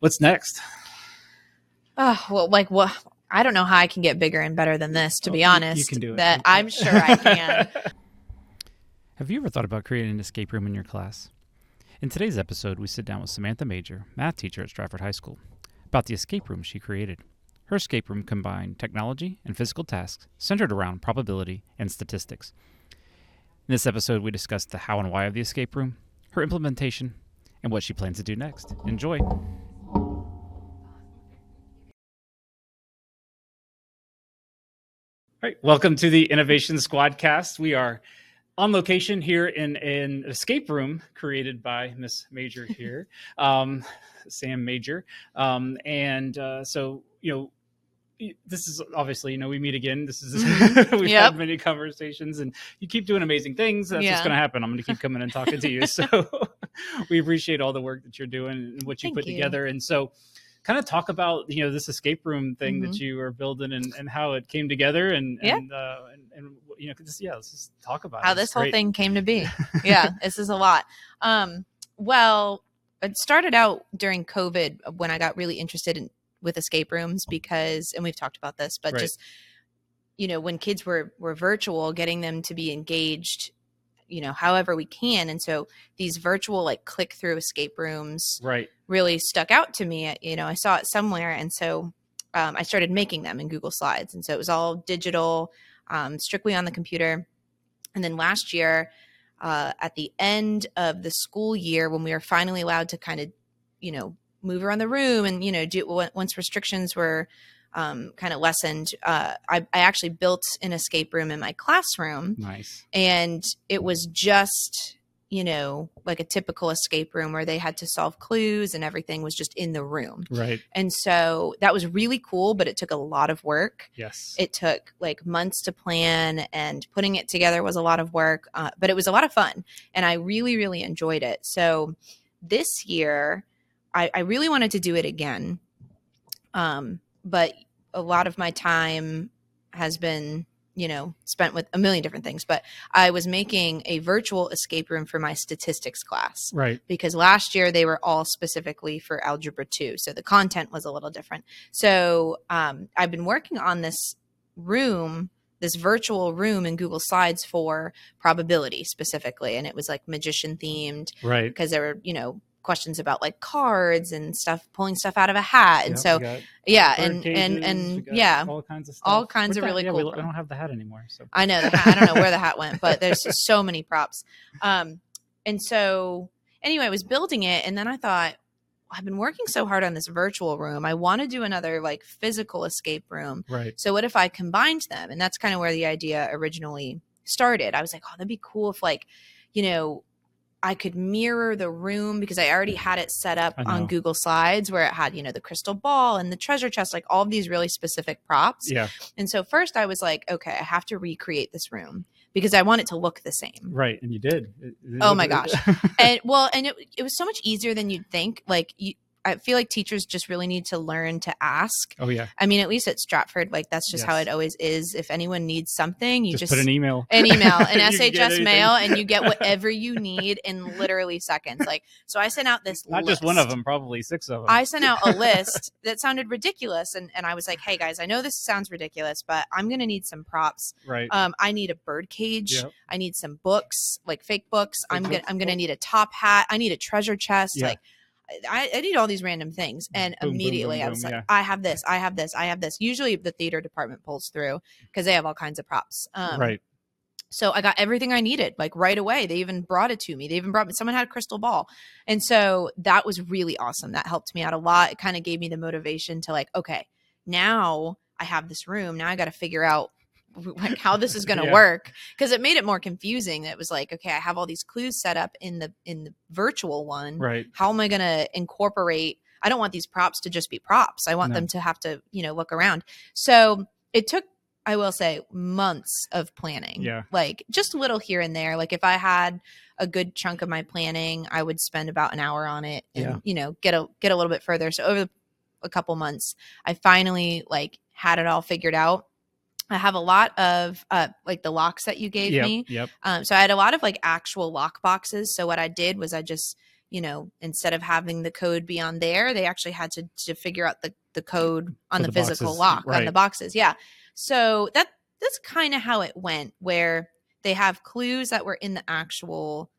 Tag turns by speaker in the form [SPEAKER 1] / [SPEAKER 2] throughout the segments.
[SPEAKER 1] What's next?
[SPEAKER 2] Oh, well, like what? I don't know how I can get bigger and better than this, to
[SPEAKER 1] Oh,
[SPEAKER 2] be
[SPEAKER 1] you- you
[SPEAKER 2] honest.
[SPEAKER 1] can do it.
[SPEAKER 2] That
[SPEAKER 1] You can
[SPEAKER 2] I'm sure I can.
[SPEAKER 3] Have you ever thought about creating an escape room in your class? In today's episode, we sit down with Samantha Major, math teacher at Stratford High School, about the escape room she created. Her escape room combined technology and physical tasks centered around probability and statistics. In this episode, we discussed the how and why of the escape room, her implementation, and what she plans to do next. Enjoy.
[SPEAKER 1] All right, welcome to the Innovation Squadcast. We are on location here in an escape room created by Miss Major here, um, Sam Major, um, and uh, so you know. y- This is obviously, you know, we meet again. This is we've
[SPEAKER 2] Yep.
[SPEAKER 1] had many conversations, and you keep doing amazing things. That's what's
[SPEAKER 2] Yeah.
[SPEAKER 1] going to happen. I'm going to keep coming and talking to you. So we appreciate all the work that you're doing and what you
[SPEAKER 2] Thank
[SPEAKER 1] put
[SPEAKER 2] you.
[SPEAKER 1] together. And so, kind of talk about you know this escape room thing that you were building and, and how it came together and
[SPEAKER 2] Mm-hmm. Yeah.
[SPEAKER 1] and, uh, and and you know just yeah let's just talk about it.
[SPEAKER 2] how
[SPEAKER 1] It's
[SPEAKER 2] this whole
[SPEAKER 1] great.
[SPEAKER 2] thing came to be. Yeah, this is a lot. Um, well, it started out during COVID when I got really interested in with escape rooms because, and we've talked about this, but
[SPEAKER 1] Right.
[SPEAKER 2] just you know when kids were were virtual, getting them to be engaged, you know, however we can, and so these virtual like click through escape rooms
[SPEAKER 1] right
[SPEAKER 2] really stuck out to me. You know, I saw it somewhere, and so um, I started making them in Google Slides, and so it was all digital, um, strictly on the computer. And then last year, uh, at the end of the school year, when we were finally allowed to kind of, you know, move around the room, and you know, do on- once restrictions were um, kind of lessened, uh, I, I actually built an escape room in my classroom
[SPEAKER 1] nice
[SPEAKER 2] and it was just you know like a typical escape room where they had to solve clues and everything was just in the room
[SPEAKER 1] right
[SPEAKER 2] and so that was really cool but it took a lot of work
[SPEAKER 1] yes
[SPEAKER 2] it took like months to plan and putting it together was a lot of work uh, but it was a lot of fun and i really really enjoyed it so this year i, I really wanted to do it again um, but a lot of my time has been you know spent with a million different things but i was making a virtual escape room for my statistics class
[SPEAKER 1] right
[SPEAKER 2] because last year they were all specifically for algebra 2 so the content was a little different so um, i've been working on this room this virtual room in google slides for probability specifically and it was like magician themed
[SPEAKER 1] right
[SPEAKER 2] because there were you know questions about like cards and stuff pulling stuff out of a hat and
[SPEAKER 1] Yep,
[SPEAKER 2] so
[SPEAKER 1] we got
[SPEAKER 2] yeah
[SPEAKER 1] bird
[SPEAKER 2] and and
[SPEAKER 1] cages, we
[SPEAKER 2] and
[SPEAKER 1] got
[SPEAKER 2] yeah
[SPEAKER 1] all kinds of stuff.
[SPEAKER 2] all kinds of
[SPEAKER 1] done-
[SPEAKER 2] really
[SPEAKER 1] yeah,
[SPEAKER 2] cool
[SPEAKER 1] we, i
[SPEAKER 2] things.
[SPEAKER 1] don't have the hat anymore so
[SPEAKER 2] I know the hat. I don't know where the hat went, but there's just so many props. Um, and so anyway, I was building it, and then I thought, I've been working so hard on this virtual room. I want to do another like physical escape room.
[SPEAKER 1] right
[SPEAKER 2] So what if I combined them? And that's kind of where the idea originally started. I was like, oh, that'd be cool if like, you know, I could mirror the room because I already had it set up
[SPEAKER 1] I know.
[SPEAKER 2] on Google Slides where it had, you know, the crystal ball and the treasure chest, like all of these really specific props.
[SPEAKER 1] yeah
[SPEAKER 2] And so first I was like, okay, I have to recreate this room because I want it to look the same.
[SPEAKER 1] right and you did It- it-
[SPEAKER 2] Oh my
[SPEAKER 1] it-
[SPEAKER 2] gosh. And well, and it, it was so much easier than you'd think. Like you, I feel like teachers just really need to learn to ask.
[SPEAKER 1] oh yeah
[SPEAKER 2] I mean, at least at Stratford, like that's just how
[SPEAKER 1] Yes.
[SPEAKER 2] it always is. If anyone needs something, you
[SPEAKER 1] just,
[SPEAKER 2] just,
[SPEAKER 1] put an email
[SPEAKER 2] an email, an
[SPEAKER 1] You can get
[SPEAKER 2] SHS mail,
[SPEAKER 1] anything.
[SPEAKER 2] and you get whatever you need in literally seconds. Like, so I sent out this
[SPEAKER 1] not just one of
[SPEAKER 2] list.
[SPEAKER 1] them probably six of them
[SPEAKER 2] I sent out a list that sounded ridiculous, and, and I was like, "Hey guys, I know this sounds ridiculous, but I'm gonna need some props.
[SPEAKER 1] right
[SPEAKER 2] Um, I need a bird cage.
[SPEAKER 1] Yep.
[SPEAKER 2] I need some books, like fake books.
[SPEAKER 1] Fake
[SPEAKER 2] I'm gonna
[SPEAKER 1] books.
[SPEAKER 2] I'm gonna need a top hat. I need a treasure chest.
[SPEAKER 1] Yeah.
[SPEAKER 2] Like I, I need all these random things. And
[SPEAKER 1] Boom, boom,
[SPEAKER 2] immediately
[SPEAKER 1] boom,
[SPEAKER 2] I was
[SPEAKER 1] boom,
[SPEAKER 2] like,
[SPEAKER 1] yeah.
[SPEAKER 2] I have this, I have this, I have this. Usually the theater department pulls through because they have all kinds of props. Um,
[SPEAKER 1] right
[SPEAKER 2] so I got everything I needed like right away. They even brought it to me. They even brought me someone had a crystal ball. And so that was really awesome. That helped me out a lot. It kind of gave me the motivation to like, okay, now I have this room. Now I got to figure out like how this is going to
[SPEAKER 1] Yeah.
[SPEAKER 2] work because it made it more confusing. It was like, okay, I have all these clues set up in the in the virtual one.
[SPEAKER 1] right
[SPEAKER 2] How am I going to incorporate I don't want these props to just be props. I want
[SPEAKER 1] No.
[SPEAKER 2] them to have to, you know, look around. So, it took I will say months of planning.
[SPEAKER 1] Yeah.
[SPEAKER 2] Like just a little here and there. Like if I had a good chunk of my planning, I would spend about an hour on it and
[SPEAKER 1] Yeah.
[SPEAKER 2] you know, get a get a little bit further. So over the, a couple months, I finally like had it all figured out. I have a lot of uh like the locks that you gave
[SPEAKER 1] yep
[SPEAKER 2] me.
[SPEAKER 1] yep
[SPEAKER 2] Um so I had a lot of like actual lock boxes. So what I did was I just you know, instead of having the code be on there, they actually had to, to figure out the, the code on
[SPEAKER 1] For
[SPEAKER 2] the,
[SPEAKER 1] the
[SPEAKER 2] physical
[SPEAKER 1] boxes,
[SPEAKER 2] lock on
[SPEAKER 1] right.
[SPEAKER 2] the boxes. Yeah. So that that's kind of how it went, where they have clues that were in the actual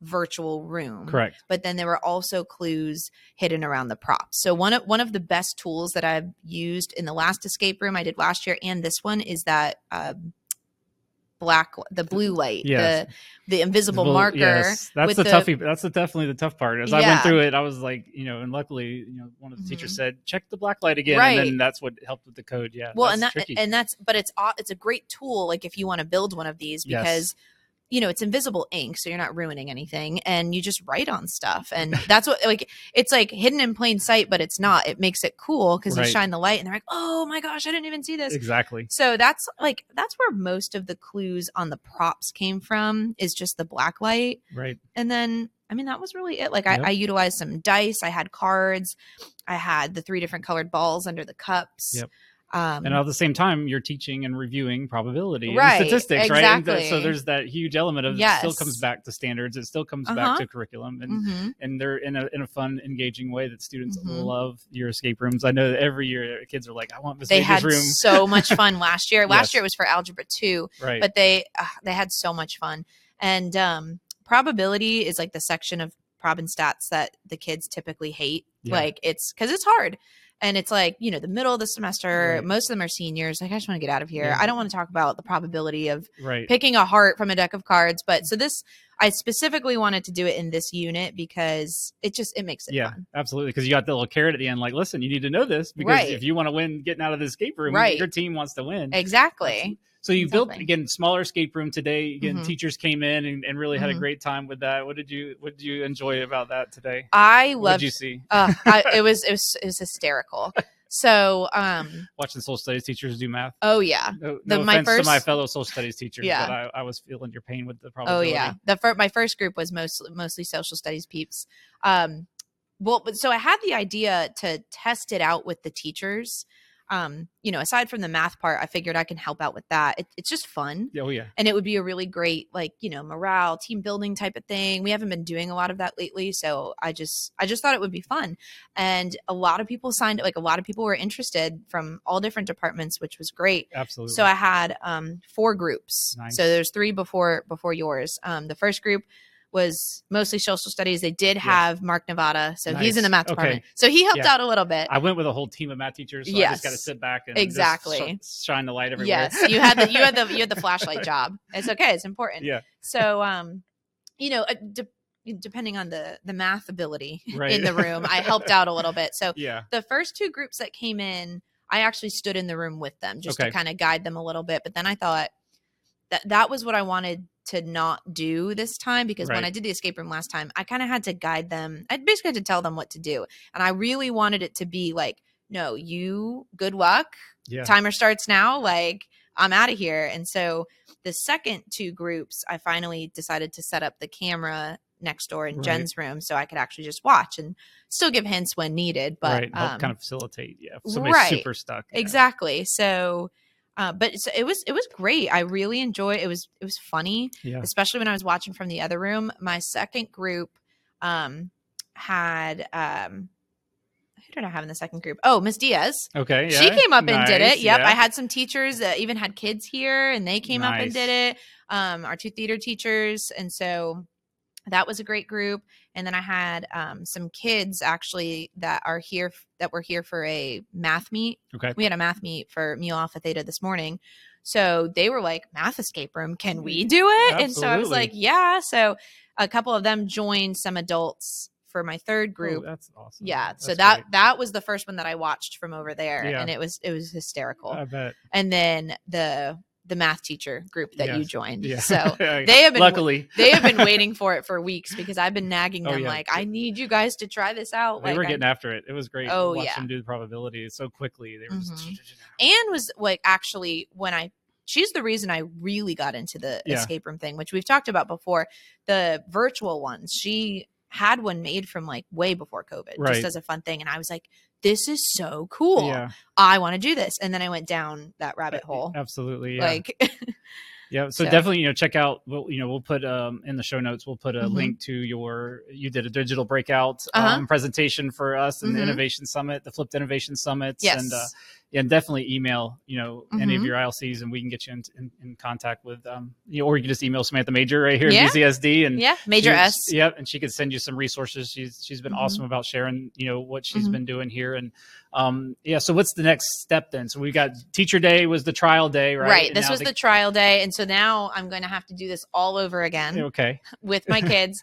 [SPEAKER 2] virtual room
[SPEAKER 1] Correct.
[SPEAKER 2] but then there were also clues hidden around the props. So one of one of the best tools that I've used in the last escape room I did last year and this one is that um, black the blue light
[SPEAKER 1] Yes.
[SPEAKER 2] the the invisible
[SPEAKER 1] Well,
[SPEAKER 2] marker.
[SPEAKER 1] yes. That's
[SPEAKER 2] with
[SPEAKER 1] the,
[SPEAKER 2] the-
[SPEAKER 1] toughie. That's the, definitely the tough part. As I went
[SPEAKER 2] Yeah. Mm-hmm.
[SPEAKER 1] through it, I was like, you know, and luckily, you know, one of the teachers said, check the black light again. And then
[SPEAKER 2] Right.
[SPEAKER 1] that's what helped with the code. Yeah.
[SPEAKER 2] Well,
[SPEAKER 1] that's
[SPEAKER 2] and that
[SPEAKER 1] tricky.
[SPEAKER 2] and that's but it's au- it's a great tool like if you want to build one of these
[SPEAKER 1] Yes.
[SPEAKER 2] because you know it's invisible ink so you're not ruining anything and you just write on stuff and that's what like it's like hidden in plain sight but it's not it makes it cool because
[SPEAKER 1] Right.
[SPEAKER 2] you shine the light and they're like oh my gosh I didn't even see this
[SPEAKER 1] exactly.
[SPEAKER 2] So that's like that's where most of the clues on the props came from is just the black light.
[SPEAKER 1] Right.
[SPEAKER 2] And then I mean that was really it. Like I,
[SPEAKER 1] Yep.
[SPEAKER 2] I utilized some dice, I had cards, I had the three different colored balls under the cups.
[SPEAKER 1] Yep.
[SPEAKER 2] Um
[SPEAKER 1] and at the same time, you're teaching and reviewing probability
[SPEAKER 2] Right,
[SPEAKER 1] and statistics, right? And th- so
[SPEAKER 2] exactly.
[SPEAKER 1] there's that huge element of it still
[SPEAKER 2] Yes.
[SPEAKER 1] comes back to standards. It still comes
[SPEAKER 2] Uh-huh.
[SPEAKER 1] back to curriculum, and
[SPEAKER 2] mhm.
[SPEAKER 1] and they're in a in a fun, engaging way that students
[SPEAKER 2] Mhm.
[SPEAKER 1] love your escape rooms. I know that every year uh, kids are like, I want Miss
[SPEAKER 2] they
[SPEAKER 1] Major's
[SPEAKER 2] had
[SPEAKER 1] room,
[SPEAKER 2] so much fun last year. Last
[SPEAKER 1] Yes.
[SPEAKER 2] year it was for algebra 2,
[SPEAKER 1] right?
[SPEAKER 2] but they uh, they had so much fun. And um probability is like the section of prob and stats that the kids typically hate.
[SPEAKER 1] Yeah.
[SPEAKER 2] Like it's cuz it's hard. And it's like, you know, the middle of the semester,
[SPEAKER 1] Right.
[SPEAKER 2] most of them are seniors. Like I just want to get out of here.
[SPEAKER 1] Yeah.
[SPEAKER 2] I don't want to talk about the probability of
[SPEAKER 1] right.
[SPEAKER 2] picking a heart from a deck of cards, but
[SPEAKER 1] Mm-hmm.
[SPEAKER 2] so this I specifically wanted to do it in this unit because it just it makes it
[SPEAKER 1] yeah,
[SPEAKER 2] fun.
[SPEAKER 1] absolutely. Because you got the little carrot at the end, like, listen, you need to know this because
[SPEAKER 2] Right.
[SPEAKER 1] if you want to win, getting out of the escape room,
[SPEAKER 2] Right.
[SPEAKER 1] your team wants to win.
[SPEAKER 2] Exactly.
[SPEAKER 1] So you built
[SPEAKER 2] Exactly.
[SPEAKER 1] again smaller escape room today. Again,
[SPEAKER 2] Mhm.
[SPEAKER 1] teachers came in and, and really had a
[SPEAKER 2] Mhm.
[SPEAKER 1] great time with that. What did you What did you enjoy about that today?
[SPEAKER 2] I
[SPEAKER 1] What
[SPEAKER 2] loved
[SPEAKER 1] did you see?
[SPEAKER 2] uh, I, it was it was it was hysterical. So, um,
[SPEAKER 1] Watching social studies teachers do math.
[SPEAKER 2] oh yeah,
[SPEAKER 1] No,
[SPEAKER 2] The-
[SPEAKER 1] no
[SPEAKER 2] my
[SPEAKER 1] offense to my
[SPEAKER 2] first-
[SPEAKER 1] fellow social studies teachers,
[SPEAKER 2] Yeah.
[SPEAKER 1] but I, I was feeling your pain with the
[SPEAKER 2] Oh
[SPEAKER 1] probability.
[SPEAKER 2] yeah, the fir- my first group was mostly mostly social studies peeps. Um, well, but so I had the idea to test it out with the teachers. Um, you know, aside from the math part, I figured I can help out with that. It, it's just fun,
[SPEAKER 1] Oh yeah.
[SPEAKER 2] and it would be a really great like you know morale, team building type of thing. We haven't been doing a lot of that lately, so I just I just thought it would be fun, and a lot of people signed. Like a lot of people were interested from all different departments, which was great.
[SPEAKER 1] Absolutely.
[SPEAKER 2] So I had um, four groups.
[SPEAKER 1] Nice.
[SPEAKER 2] So there's three before before yours. Um, the first group was mostly social studies. They did have Mark Nevada, so he's in the
[SPEAKER 1] Nice.
[SPEAKER 2] math
[SPEAKER 1] Okay.
[SPEAKER 2] department. So he helped
[SPEAKER 1] Yeah.
[SPEAKER 2] out a little bit.
[SPEAKER 1] I went with a whole team of math teachers. So I just got to
[SPEAKER 2] Yes.
[SPEAKER 1] sit back and just
[SPEAKER 2] Exactly.
[SPEAKER 1] sh- shine the light everywhere.
[SPEAKER 2] yes, you had the you had the you had the flashlight job. It's okay. It's important.
[SPEAKER 1] Yeah.
[SPEAKER 2] So um, you know, uh, de- depending on the the math ability
[SPEAKER 1] Right.
[SPEAKER 2] in the room, I helped out a little bit. So
[SPEAKER 1] yeah.
[SPEAKER 2] the first two groups that came in, I actually stood in the room with them just
[SPEAKER 1] Okay.
[SPEAKER 2] to kind of guide them a little bit. But then I thought that that was what I wanted to not do this time because when
[SPEAKER 1] Right.
[SPEAKER 2] I did the escape room last time, I kind of had to guide them. I basically had to tell them what to do. And I really wanted it to be like, no, you good luck.
[SPEAKER 1] Yeah.
[SPEAKER 2] Timer starts now. Like, I'm out of here. And so the second two groups, I finally decided to set up the camera next door in
[SPEAKER 1] Right.
[SPEAKER 2] Jen's room so I could actually just watch and still give hints when needed. But
[SPEAKER 1] right. Help
[SPEAKER 2] um,
[SPEAKER 1] kind of facilitate. Yeah. If somebody's
[SPEAKER 2] right.
[SPEAKER 1] super stuck. yeah.
[SPEAKER 2] exactly. So, uh, but so it was it was great. I really enjoyed it. Was it was funny,
[SPEAKER 1] Yeah.
[SPEAKER 2] especially when I was watching from the other room. My second group um, had um, who did I have in the second group? Oh, Miss Diaz.
[SPEAKER 1] Okay.
[SPEAKER 2] She
[SPEAKER 1] yeah.
[SPEAKER 2] came up and did
[SPEAKER 1] Nice,
[SPEAKER 2] it. Yep.
[SPEAKER 1] yeah.
[SPEAKER 2] I had some teachers that even had kids here and they came up
[SPEAKER 1] Nice.
[SPEAKER 2] and did it. Um, our two theater teachers. And so that was a great group. And then I had um, some kids actually that are here f- that were here for a math meet.
[SPEAKER 1] Okay.
[SPEAKER 2] We had a math meet for Mu Alpha Theta this morning. So they were like, math escape room, can we do it? And so I was
[SPEAKER 1] Absolutely.
[SPEAKER 2] like, yeah. So a couple of them joined some adults for my third
[SPEAKER 1] Oh,
[SPEAKER 2] group.
[SPEAKER 1] that's awesome.
[SPEAKER 2] Yeah. so
[SPEAKER 1] That's
[SPEAKER 2] that
[SPEAKER 1] great.
[SPEAKER 2] that was the first one that I watched from over there,
[SPEAKER 1] Yeah. Uh,
[SPEAKER 2] and it was it was hysterical.
[SPEAKER 1] I bet.
[SPEAKER 2] and then the the math teacher group that you
[SPEAKER 1] Yes.
[SPEAKER 2] joined.
[SPEAKER 1] Yeah.
[SPEAKER 2] So
[SPEAKER 1] Yeah.
[SPEAKER 2] they have been
[SPEAKER 1] Luckily,
[SPEAKER 2] they have been waiting for it for weeks because I've been nagging
[SPEAKER 1] Oh,
[SPEAKER 2] them
[SPEAKER 1] yeah.
[SPEAKER 2] like I need you guys to try this out.
[SPEAKER 1] They
[SPEAKER 2] like
[SPEAKER 1] were
[SPEAKER 2] I-
[SPEAKER 1] getting after it. It was great.
[SPEAKER 2] Oh,
[SPEAKER 1] Watch
[SPEAKER 2] yeah.
[SPEAKER 1] them do the probability so quickly. They were
[SPEAKER 2] Mhm.
[SPEAKER 1] just.
[SPEAKER 2] and was like actually when I she's the reason I really got into the
[SPEAKER 1] Yeah.
[SPEAKER 2] escape room thing, which we've talked about before. The virtual ones, she had one made from like way before COVID,
[SPEAKER 1] Right.
[SPEAKER 2] just as a fun thing, and I was like, "This is so cool!
[SPEAKER 1] Yeah.
[SPEAKER 2] I want to do this." And then I went down that rabbit hole,
[SPEAKER 1] Absolutely. oh, Yeah. uh,
[SPEAKER 2] like
[SPEAKER 1] Yeah, so,
[SPEAKER 2] So-
[SPEAKER 1] definitely, you know, check out. We'll, you know, we'll put um, in the show notes. We'll put a
[SPEAKER 2] Mhm.
[SPEAKER 1] link to your. You did a digital breakout
[SPEAKER 2] Uh-huh.
[SPEAKER 1] um, presentation for us in the
[SPEAKER 2] Mhm.
[SPEAKER 1] Innovation Summit, the Flipped Innovation Summit,
[SPEAKER 2] Yes.
[SPEAKER 1] and uh, and definitely email you know any of
[SPEAKER 2] Mhm.
[SPEAKER 1] your ILCs, and we can get you in, in, in contact with um, you know, or you can just email Samantha Major right here
[SPEAKER 2] Yeah.
[SPEAKER 1] at BCSD and
[SPEAKER 2] yeah, major
[SPEAKER 1] she-
[SPEAKER 2] S.
[SPEAKER 1] Yep, and she could send you some resources. She's she's been
[SPEAKER 2] Mhm.
[SPEAKER 1] awesome about sharing, you know, what she's
[SPEAKER 2] Mhm.
[SPEAKER 1] been doing here. And um, yeah, so what's the next step then? So we got teacher day was the trial day, right?
[SPEAKER 2] Right.
[SPEAKER 1] And
[SPEAKER 2] This
[SPEAKER 1] now
[SPEAKER 2] was the,
[SPEAKER 1] they-
[SPEAKER 2] trial day. And so now I'm going to have to do this all over again
[SPEAKER 1] okay,
[SPEAKER 2] with my kids.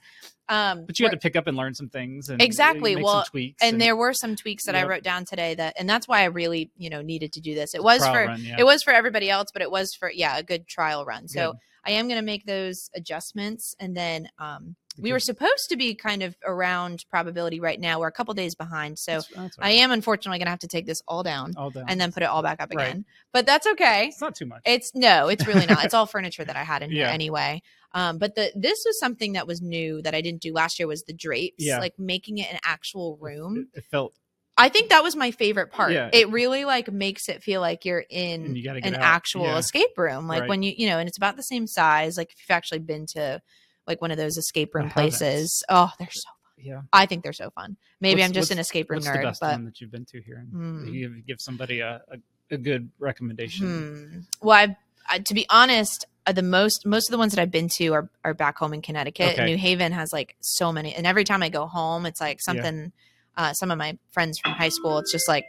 [SPEAKER 2] Um,
[SPEAKER 1] but you had
[SPEAKER 2] we're-
[SPEAKER 1] to pick up and learn some things and uh,
[SPEAKER 2] Exactly,
[SPEAKER 1] make
[SPEAKER 2] well,
[SPEAKER 1] some tweaks
[SPEAKER 2] and there were some tweaks that I
[SPEAKER 1] Yep.
[SPEAKER 2] wrote down today that, and that's why I really, you know, needed to do this. It was
[SPEAKER 1] trial
[SPEAKER 2] for,
[SPEAKER 1] run, yeah.
[SPEAKER 2] it was for everybody else, but it was for, yeah, a good trial run. So
[SPEAKER 1] Good.
[SPEAKER 2] I am going to make those adjustments. And then, um, we
[SPEAKER 1] Okay.
[SPEAKER 2] were supposed to be kind of around probability right now. We're a couple days behind. So
[SPEAKER 1] That's- that's all
[SPEAKER 2] I
[SPEAKER 1] right.
[SPEAKER 2] am unfortunately going to have to take this all down
[SPEAKER 1] all done.
[SPEAKER 2] and then put it all back up
[SPEAKER 1] Right.
[SPEAKER 2] again. But that's okay.
[SPEAKER 1] it's not too much.
[SPEAKER 2] It's no, it's really not. It's all furniture that I had in here
[SPEAKER 1] Yeah.
[SPEAKER 2] anyway. Um, but the this was something that was new that I didn't do last year was the drapes,
[SPEAKER 1] Yeah.
[SPEAKER 2] like making it an actual
[SPEAKER 1] It,
[SPEAKER 2] room.
[SPEAKER 1] it felt
[SPEAKER 2] I think that was my favorite part.
[SPEAKER 1] Yeah.
[SPEAKER 2] It really like makes it feel like you're
[SPEAKER 1] and
[SPEAKER 2] in
[SPEAKER 1] you got to get
[SPEAKER 2] an
[SPEAKER 1] out.
[SPEAKER 2] actual
[SPEAKER 1] Yeah.
[SPEAKER 2] escape room, like
[SPEAKER 1] Right.
[SPEAKER 2] when you you know, and it's about the same size. Like if you've actually been to like one of those escape room
[SPEAKER 1] I haven't.
[SPEAKER 2] places, oh, they're so.
[SPEAKER 1] Yeah.
[SPEAKER 2] I think they're so fun. Maybe
[SPEAKER 1] What's-
[SPEAKER 2] I'm just
[SPEAKER 1] what's-
[SPEAKER 2] an escape room
[SPEAKER 1] What's the
[SPEAKER 2] nerd,
[SPEAKER 1] best
[SPEAKER 2] but
[SPEAKER 1] one that you've been to here? And
[SPEAKER 2] Hmm.
[SPEAKER 1] give, give somebody a, a, a good recommendation.
[SPEAKER 2] Hmm. Well, I've, I, to be honest, uh, the most most of the ones that I've been to are, are back home in Connecticut.
[SPEAKER 1] Okay.
[SPEAKER 2] New Haven has like so many, and every time I go home, it's like something. Uh, some of my friends from high school, it's just like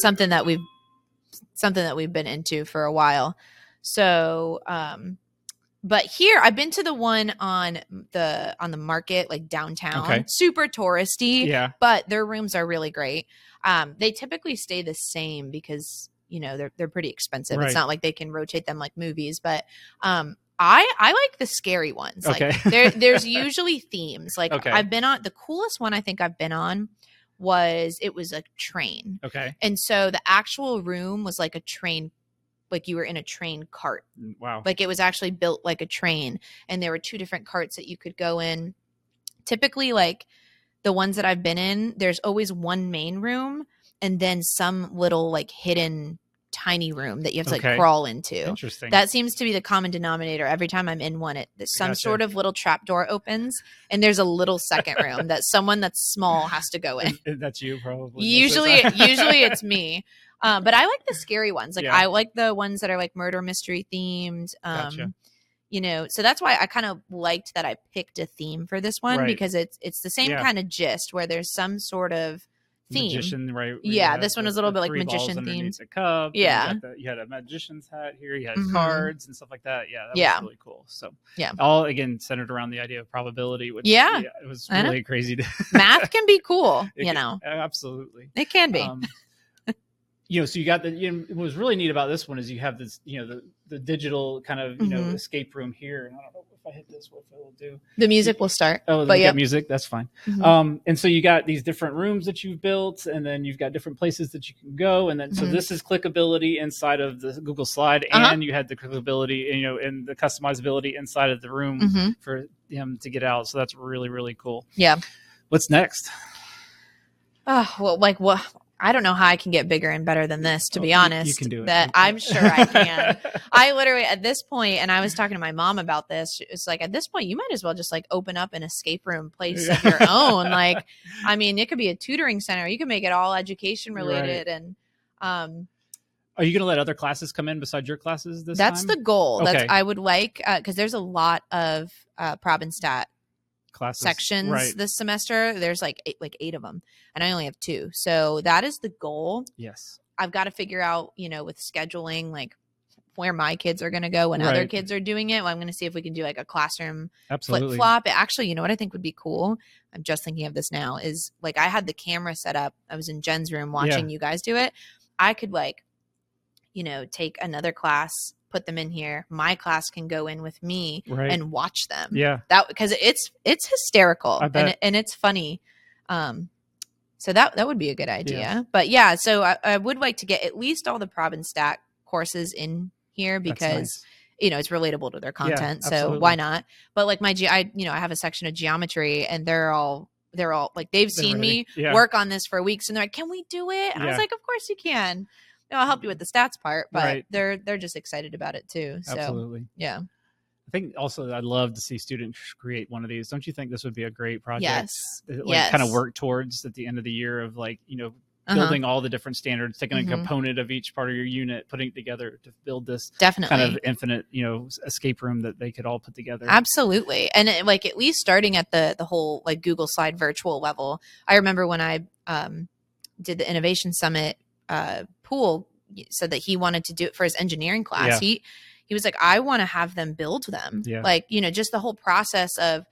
[SPEAKER 2] something that we've something that we've been into for a while. So, um, but here I've been to the one on the on the market, like downtown,
[SPEAKER 1] Okay.
[SPEAKER 2] super touristy
[SPEAKER 1] Yeah.
[SPEAKER 2] but their rooms are really great. Um, they typically stay the same because you know they're they're pretty expensive.
[SPEAKER 1] Right.
[SPEAKER 2] It's not like they can rotate them like movies, but um, I I like the scary ones.
[SPEAKER 1] Okay.
[SPEAKER 2] Like there there's usually themes. Like
[SPEAKER 1] Okay.
[SPEAKER 2] I've been on the coolest one I think I've been on was it was a train,
[SPEAKER 1] Okay.
[SPEAKER 2] and so the actual room was like a train, like you were in a train cart.
[SPEAKER 1] Wow.
[SPEAKER 2] Like it was actually built like a train, and there were two different carts that you could go in. Typically, like the ones that I've been in, there's always one main room and then some little like hidden tiny room that you have to
[SPEAKER 1] Okay.
[SPEAKER 2] like crawl into.
[SPEAKER 1] Interesting.
[SPEAKER 2] That seems to be the common denominator. Every time I'm in one, it there's some
[SPEAKER 1] Gotcha.
[SPEAKER 2] sort of little trap door opens, and there's a little second room that someone that's small has to go in
[SPEAKER 1] And- and that's you probably. most of the
[SPEAKER 2] usually
[SPEAKER 1] time.
[SPEAKER 2] usually it's me um, but i like the scary ones like
[SPEAKER 1] Yeah.
[SPEAKER 2] i like the ones that are like murder mystery themed um,
[SPEAKER 1] Gotcha.
[SPEAKER 2] you know so that's why i kind of liked that i picked a theme for this one
[SPEAKER 1] Right.
[SPEAKER 2] because it's it's the same
[SPEAKER 1] Yeah.
[SPEAKER 2] kind of gist where there's some sort of theme
[SPEAKER 1] magician, right? where you
[SPEAKER 2] Yeah,
[SPEAKER 1] had
[SPEAKER 2] this one
[SPEAKER 1] the-
[SPEAKER 2] was a little
[SPEAKER 1] the
[SPEAKER 2] bit like
[SPEAKER 1] three balls
[SPEAKER 2] magician
[SPEAKER 1] underneath The cup. and
[SPEAKER 2] Yeah.
[SPEAKER 1] you, got the- you had a magician's hat here. You had
[SPEAKER 2] Mhm.
[SPEAKER 1] cards and stuff like that. Yeah, that
[SPEAKER 2] Yeah.
[SPEAKER 1] was really cool. So
[SPEAKER 2] Yeah.
[SPEAKER 1] all again centered around the idea of probability. Which,
[SPEAKER 2] Yeah.
[SPEAKER 1] it was
[SPEAKER 2] I know.
[SPEAKER 1] really crazy. To,
[SPEAKER 2] math can be cool
[SPEAKER 1] It
[SPEAKER 2] you
[SPEAKER 1] can-
[SPEAKER 2] know
[SPEAKER 1] absolutely.
[SPEAKER 2] it can be
[SPEAKER 1] Um, you know, so you got the. You know, what was really neat about this one is you have this. You know, the the digital kind of you know
[SPEAKER 2] Mhm.
[SPEAKER 1] escape room here. And I don't know if I hit this, what it will do.
[SPEAKER 2] the music will start
[SPEAKER 1] Oh,
[SPEAKER 2] But
[SPEAKER 1] they got
[SPEAKER 2] yep.
[SPEAKER 1] music. That's fine.
[SPEAKER 2] Mhm.
[SPEAKER 1] Um, and so you got these different rooms that you've built, and then you've got different places that you can go, and then so
[SPEAKER 2] Mhm.
[SPEAKER 1] this is clickability inside of the Google Slide, and
[SPEAKER 2] Uh-huh.
[SPEAKER 1] you had the clickability, you know, and the customizability inside of the room
[SPEAKER 2] Mhm.
[SPEAKER 1] for him to get out. So that's really really cool.
[SPEAKER 2] Yeah.
[SPEAKER 1] What's next?
[SPEAKER 2] Oh, well, like what? I don't know how I can get bigger and better than this, to be
[SPEAKER 1] Oh, you-
[SPEAKER 2] honest.
[SPEAKER 1] you can do it.
[SPEAKER 2] That I'm sure I can. I literally at this point, and I was talking to my mom about this. It's like at this point, you might as well just like open up an escape room place of your own. Like, I mean, it could be a tutoring center. You can make it all education
[SPEAKER 1] Right.
[SPEAKER 2] related, and um,
[SPEAKER 1] Are you going to let other classes come in besides your classes this
[SPEAKER 2] that's
[SPEAKER 1] time?
[SPEAKER 2] the goal. That's
[SPEAKER 1] Okay.
[SPEAKER 2] I would like because there's a lot of uh, prob and stat
[SPEAKER 1] classes
[SPEAKER 2] sections
[SPEAKER 1] right?
[SPEAKER 2] this semester. There's like eight, like eight of them, and I only have two. So that is the goal.
[SPEAKER 1] yes,
[SPEAKER 2] I've got to figure out, you know, with scheduling, like where my kids are going to go when other
[SPEAKER 1] Right.
[SPEAKER 2] kids are doing it. Well, I'm going to see if we can do like a classroom flip
[SPEAKER 1] absolutely.
[SPEAKER 2] flop. Actually, you know what I think would be cool? I'm just thinking of this now is like I had the camera set up. I was in Jen's room watching you guys do it. I could like, you know, take another class, put them in here. My class can go in with me
[SPEAKER 1] Right.
[SPEAKER 2] and watch them
[SPEAKER 1] yeah.
[SPEAKER 2] that because it's it's hysterical
[SPEAKER 1] I bet.
[SPEAKER 2] and it, and it's funny um so that that would be a good idea
[SPEAKER 1] Yeah.
[SPEAKER 2] but yeah so I, I would like to get at least all the prob and stat courses in here
[SPEAKER 1] that's
[SPEAKER 2] because
[SPEAKER 1] nice.
[SPEAKER 2] you know it's relatable to their content so
[SPEAKER 1] absolutely.
[SPEAKER 2] why not but like my ge- I you know i have a section of geometry and they're all they're all like they've
[SPEAKER 1] They're
[SPEAKER 2] seen
[SPEAKER 1] ready.
[SPEAKER 2] me
[SPEAKER 1] Yeah.
[SPEAKER 2] work on this for weeks and they're like can we do it and i
[SPEAKER 1] Yeah.
[SPEAKER 2] was like of course you can No, I'll help you with the stats part, but
[SPEAKER 1] Right.
[SPEAKER 2] they're they're just excited about it too. So
[SPEAKER 1] Absolutely.
[SPEAKER 2] yeah,
[SPEAKER 1] I think also I'd love to see students create one of these. Don't you think this would be a great project?
[SPEAKER 2] yes,
[SPEAKER 1] That, Like
[SPEAKER 2] yes.
[SPEAKER 1] kind of work towards at the end of the year of like, you know,
[SPEAKER 2] Uh-huh.
[SPEAKER 1] building all the different standards, taking
[SPEAKER 2] Mhm.
[SPEAKER 1] a component of each part of your unit, putting it together to build this
[SPEAKER 2] Uh-huh, definitely.
[SPEAKER 1] kind of infinite, you know, s- escape room that they could all put together.
[SPEAKER 2] Absolutely. And it, like at least starting at the the whole like Google Slide virtual level. I remember when I um did the innovation summit uh pool said that he wanted to do it for his engineering class.
[SPEAKER 1] Yeah.
[SPEAKER 2] He he was like I want to have them build them.
[SPEAKER 1] Yeah.
[SPEAKER 2] Like, you know, just the whole process of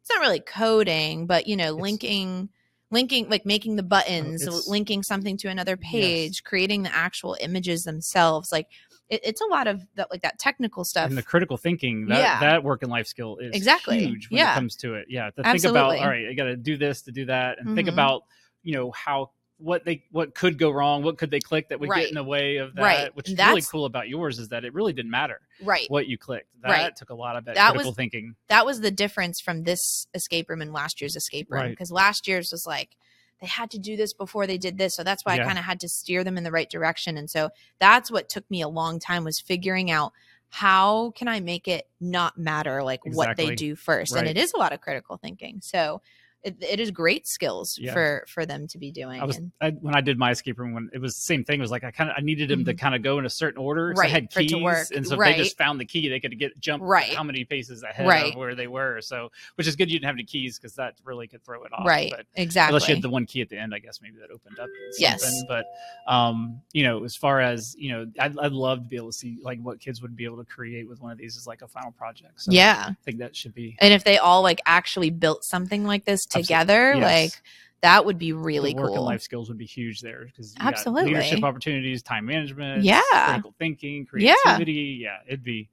[SPEAKER 2] it's not really coding, but you know, linking linking like making the buttons,
[SPEAKER 1] Oh, it's-
[SPEAKER 2] linking something to another
[SPEAKER 1] Yes.
[SPEAKER 2] page, creating the actual images themselves. Like it, it's a lot of that like that technical stuff.
[SPEAKER 1] And the critical thinking that
[SPEAKER 2] Yeah.
[SPEAKER 1] that work and life skill is
[SPEAKER 2] Exactly.
[SPEAKER 1] huge when
[SPEAKER 2] Yeah.
[SPEAKER 1] it comes to it. Yeah, to think
[SPEAKER 2] Absolutely.
[SPEAKER 1] about all right, I got to do this to do that, and think
[SPEAKER 2] Mhm.
[SPEAKER 1] about you know how what they what could go wrong, what could they click that would get
[SPEAKER 2] Right.
[SPEAKER 1] in the way of that.
[SPEAKER 2] Right.
[SPEAKER 1] Which
[SPEAKER 2] And
[SPEAKER 1] is really
[SPEAKER 2] that's-
[SPEAKER 1] cool about yours is that it really didn't matter
[SPEAKER 2] right.
[SPEAKER 1] what you clicked. That
[SPEAKER 2] Right.
[SPEAKER 1] took a lot of that,
[SPEAKER 2] That
[SPEAKER 1] critical
[SPEAKER 2] was-
[SPEAKER 1] thinking.
[SPEAKER 2] that was the difference from this escape room and last year's escape room
[SPEAKER 1] Right.
[SPEAKER 2] because last year's was like they had to do this before they did this so that's why i
[SPEAKER 1] Yeah.
[SPEAKER 2] kind of had to steer them in the right direction and so that's what took me a long time was figuring out how can i make it not matter like what they
[SPEAKER 1] Exactly.
[SPEAKER 2] do first and
[SPEAKER 1] Right.
[SPEAKER 2] it is a lot of critical thinking so it, it is great skills
[SPEAKER 1] Yeah.
[SPEAKER 2] for for them to be doing
[SPEAKER 1] I was
[SPEAKER 2] and-
[SPEAKER 1] I, when I did my escape room when it was the same thing. It was like I kind of I needed them
[SPEAKER 2] Mm-hmm.
[SPEAKER 1] to kind of go in a certain order. 'cause I
[SPEAKER 2] Right,
[SPEAKER 1] had
[SPEAKER 2] for it
[SPEAKER 1] keys,
[SPEAKER 2] to work.
[SPEAKER 1] and so if
[SPEAKER 2] Right.
[SPEAKER 1] they just found the key, they could get jump
[SPEAKER 2] Right.
[SPEAKER 1] how many paces ahead
[SPEAKER 2] Right.
[SPEAKER 1] of where they were. So which is good you didn't have any keys because that really could throw it off.
[SPEAKER 2] right
[SPEAKER 1] But
[SPEAKER 2] exactly
[SPEAKER 1] unless you had the one key at the end, I guess maybe that opened up. something.
[SPEAKER 2] Yes.
[SPEAKER 1] But um, you know, as far as you know, I'd, I'd love to be able to see like what kids would be able to create with one of these as like a final project. So
[SPEAKER 2] yeah
[SPEAKER 1] I think that should be
[SPEAKER 2] and if they all like actually built something like this
[SPEAKER 1] Absolutely.
[SPEAKER 2] together
[SPEAKER 1] Yes.
[SPEAKER 2] like that would be really
[SPEAKER 1] the work and
[SPEAKER 2] cool
[SPEAKER 1] life skills would be huge there because
[SPEAKER 2] Absolutely.
[SPEAKER 1] leadership opportunities, time management,
[SPEAKER 2] Yeah.
[SPEAKER 1] critical thinking,
[SPEAKER 2] Yeah.
[SPEAKER 1] creativity. Yeah, it'd be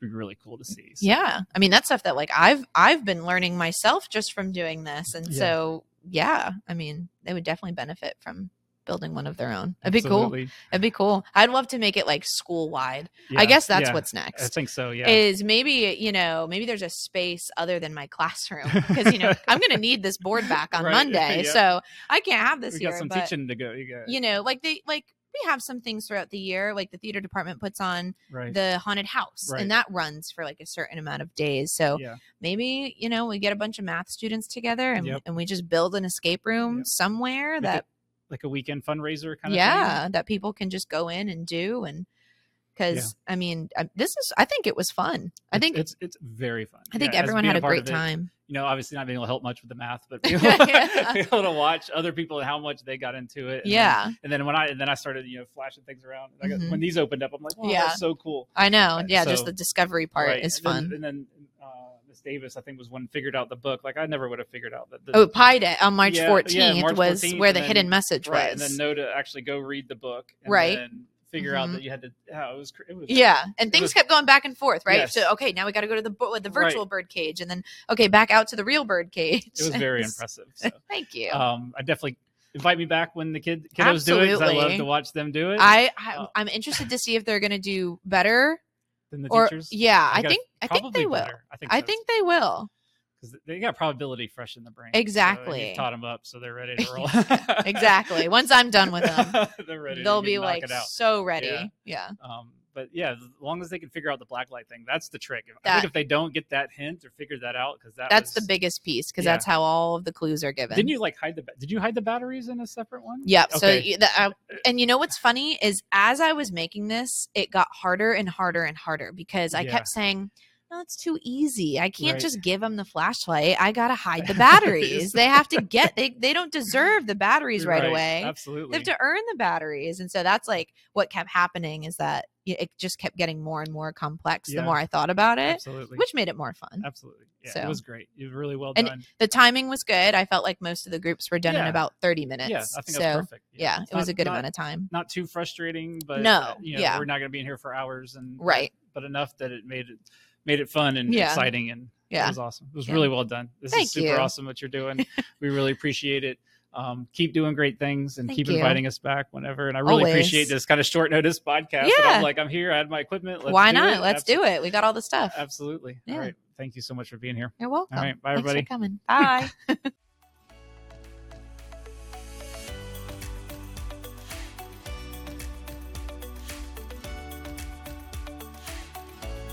[SPEAKER 1] be really cool to see. So,
[SPEAKER 2] Yeah. I mean, that's stuff that like I've I've been learning myself just from doing this. And
[SPEAKER 1] Yeah.
[SPEAKER 2] so yeah, I mean, they would definitely benefit from building one of their own. It'd be cool.
[SPEAKER 1] absolutely.
[SPEAKER 2] It'd be cool. I'd love to make it like school wide.
[SPEAKER 1] Yeah,
[SPEAKER 2] I guess that's
[SPEAKER 1] yeah.
[SPEAKER 2] what's
[SPEAKER 1] I
[SPEAKER 2] next.
[SPEAKER 1] think so. Yeah.
[SPEAKER 2] Is maybe, you know, maybe there's a space other than my classroom because, you know, I'm going to need this board back on
[SPEAKER 1] Right,
[SPEAKER 2] Monday.
[SPEAKER 1] yeah.
[SPEAKER 2] So I can't have this
[SPEAKER 1] we
[SPEAKER 2] here.
[SPEAKER 1] got some
[SPEAKER 2] but-
[SPEAKER 1] teaching to go. You got,
[SPEAKER 2] you know, like they like we have some things throughout the year, like the theater department puts on
[SPEAKER 1] right.
[SPEAKER 2] the haunted house
[SPEAKER 1] Right.
[SPEAKER 2] and that runs for like a certain amount of days so
[SPEAKER 1] Yeah.
[SPEAKER 2] maybe you know we get a bunch of math students together and,
[SPEAKER 1] Yep.
[SPEAKER 2] and we just build an escape room
[SPEAKER 1] Yep.
[SPEAKER 2] somewhere
[SPEAKER 1] Make
[SPEAKER 2] that
[SPEAKER 1] like a weekend fundraiser kind of
[SPEAKER 2] yeah that people can just go in and do and because i mean I, this is i think it was fun i
[SPEAKER 1] It's-
[SPEAKER 2] think
[SPEAKER 1] it's it's very fun.
[SPEAKER 2] i think
[SPEAKER 1] Yeah, as
[SPEAKER 2] everyone
[SPEAKER 1] being
[SPEAKER 2] had a
[SPEAKER 1] part
[SPEAKER 2] great
[SPEAKER 1] of it,
[SPEAKER 2] time
[SPEAKER 1] You know, obviously not being able to help much with the math, but being able,
[SPEAKER 2] Yeah.
[SPEAKER 1] being able to watch other people and how much they got into it. and then-
[SPEAKER 2] yeah
[SPEAKER 1] And then when I and then I started, you know, flashing things around. I got,
[SPEAKER 2] Mhm.
[SPEAKER 1] When these opened up, I'm like, wow,
[SPEAKER 2] Yeah.
[SPEAKER 1] that's so cool.
[SPEAKER 2] i know yeah just
[SPEAKER 1] So-
[SPEAKER 2] the discovery part
[SPEAKER 1] Right.
[SPEAKER 2] is
[SPEAKER 1] and then-
[SPEAKER 2] fun
[SPEAKER 1] and then uh, Miss Davis, I think, was one who figured out the book. Like I never would have figured out that. The,
[SPEAKER 2] oh pie day on march
[SPEAKER 1] Yeah, yeah,
[SPEAKER 2] 14th
[SPEAKER 1] March
[SPEAKER 2] was
[SPEAKER 1] 14th,
[SPEAKER 2] where
[SPEAKER 1] and
[SPEAKER 2] the
[SPEAKER 1] then-
[SPEAKER 2] hidden message
[SPEAKER 1] right.
[SPEAKER 2] was
[SPEAKER 1] And then know to actually go read the book. And
[SPEAKER 2] Right.
[SPEAKER 1] Then figure
[SPEAKER 2] Mhm.
[SPEAKER 1] out that you had to. How it was. cr- It was
[SPEAKER 2] Yeah, and things
[SPEAKER 1] was-
[SPEAKER 2] kept going back and forth, right?
[SPEAKER 1] Yes.
[SPEAKER 2] So okay, now we got to go to the bo- the
[SPEAKER 1] Right.
[SPEAKER 2] virtual bird cage, and then okay, back out to the real bird cage.
[SPEAKER 1] It was very impressive. So
[SPEAKER 2] Thank you.
[SPEAKER 1] um, I definitely invite me back when the kid kiddos do it. 'cause I love
[SPEAKER 2] Absolutely.
[SPEAKER 1] to watch them do it.
[SPEAKER 2] I, I
[SPEAKER 1] oh.
[SPEAKER 2] I'm interested to see if they're going to do better
[SPEAKER 1] than the
[SPEAKER 2] or
[SPEAKER 1] teachers.
[SPEAKER 2] yeah, I
[SPEAKER 1] gotta-
[SPEAKER 2] think I think
[SPEAKER 1] probably
[SPEAKER 2] they will.
[SPEAKER 1] better. I think.
[SPEAKER 2] I
[SPEAKER 1] so.
[SPEAKER 2] think they will.
[SPEAKER 1] because they got probability fresh in the brain. So, and
[SPEAKER 2] Exactly.
[SPEAKER 1] you've taught them up, so they're ready to roll.
[SPEAKER 2] Exactly. Once I'm done with them,
[SPEAKER 1] they're ready.
[SPEAKER 2] they'll
[SPEAKER 1] to
[SPEAKER 2] be
[SPEAKER 1] knock
[SPEAKER 2] like
[SPEAKER 1] it out.
[SPEAKER 2] so ready.
[SPEAKER 1] Yeah.
[SPEAKER 2] Yeah.
[SPEAKER 1] Um, but yeah, as long as they can figure out the black light thing, that's the trick. I
[SPEAKER 2] That-
[SPEAKER 1] think if they don't get that hint or figure that out, because that
[SPEAKER 2] That's
[SPEAKER 1] was-
[SPEAKER 2] the biggest piece because
[SPEAKER 1] Yeah.
[SPEAKER 2] that's how all of the clues are given.
[SPEAKER 1] Didn't you like hide the? ba- Did you hide the batteries in a separate one?
[SPEAKER 2] Yep.
[SPEAKER 1] Okay.
[SPEAKER 2] So, you, the, uh, and you know what's funny is as I was making this, it got harder and harder and harder because I
[SPEAKER 1] Yeah.
[SPEAKER 2] kept saying, "No, it's too easy. I can't
[SPEAKER 1] Right.
[SPEAKER 2] just give them the flashlight. I gotta hide the batteries. they have to get. They they don't deserve the batteries right, away. They
[SPEAKER 1] Absolutely.
[SPEAKER 2] have to earn the batteries." And so that's like what kept happening is that y- it just kept getting more and more complex the
[SPEAKER 1] Yeah.
[SPEAKER 2] more I thought about it,
[SPEAKER 1] Absolutely.
[SPEAKER 2] which made it more fun.
[SPEAKER 1] Absolutely. Yeah,
[SPEAKER 2] So.
[SPEAKER 1] it was great. It was really well
[SPEAKER 2] And
[SPEAKER 1] done.
[SPEAKER 2] The timing was good. I felt like most of the groups were done in
[SPEAKER 1] Yeah.
[SPEAKER 2] about thirty minutes.
[SPEAKER 1] yeah, I think
[SPEAKER 2] so
[SPEAKER 1] that's perfect.
[SPEAKER 2] yeah,
[SPEAKER 1] it's
[SPEAKER 2] it was
[SPEAKER 1] not-
[SPEAKER 2] a good
[SPEAKER 1] not-
[SPEAKER 2] amount of time.
[SPEAKER 1] Not too frustrating, but
[SPEAKER 2] No,
[SPEAKER 1] uh, you know,
[SPEAKER 2] yeah.
[SPEAKER 1] we're not going to be in here for hours, and
[SPEAKER 2] Right.
[SPEAKER 1] but enough that it made it made it fun and
[SPEAKER 2] Yeah.
[SPEAKER 1] exciting and
[SPEAKER 2] Yeah.
[SPEAKER 1] It was awesome. It was
[SPEAKER 2] Yeah.
[SPEAKER 1] really well done. This
[SPEAKER 2] Thank
[SPEAKER 1] is super
[SPEAKER 2] you.
[SPEAKER 1] awesome what you're doing. we really appreciate it. Um, keep doing great things and
[SPEAKER 2] Thank
[SPEAKER 1] keep
[SPEAKER 2] you.
[SPEAKER 1] inviting us back whenever. And I really appreciate
[SPEAKER 2] Always.
[SPEAKER 1] this kind of short notice podcast. And
[SPEAKER 2] Yeah.
[SPEAKER 1] I'm like, I'm here. I had my equipment. Let's
[SPEAKER 2] Why
[SPEAKER 1] do
[SPEAKER 2] not?
[SPEAKER 1] It.
[SPEAKER 2] Let's do it. We got all the stuff.
[SPEAKER 1] Absolutely.
[SPEAKER 2] Yeah.
[SPEAKER 1] All right. Thank you so much for being here.
[SPEAKER 2] You're welcome.
[SPEAKER 1] All right. Bye,
[SPEAKER 2] Thanks
[SPEAKER 1] everybody.
[SPEAKER 2] for coming. Bye.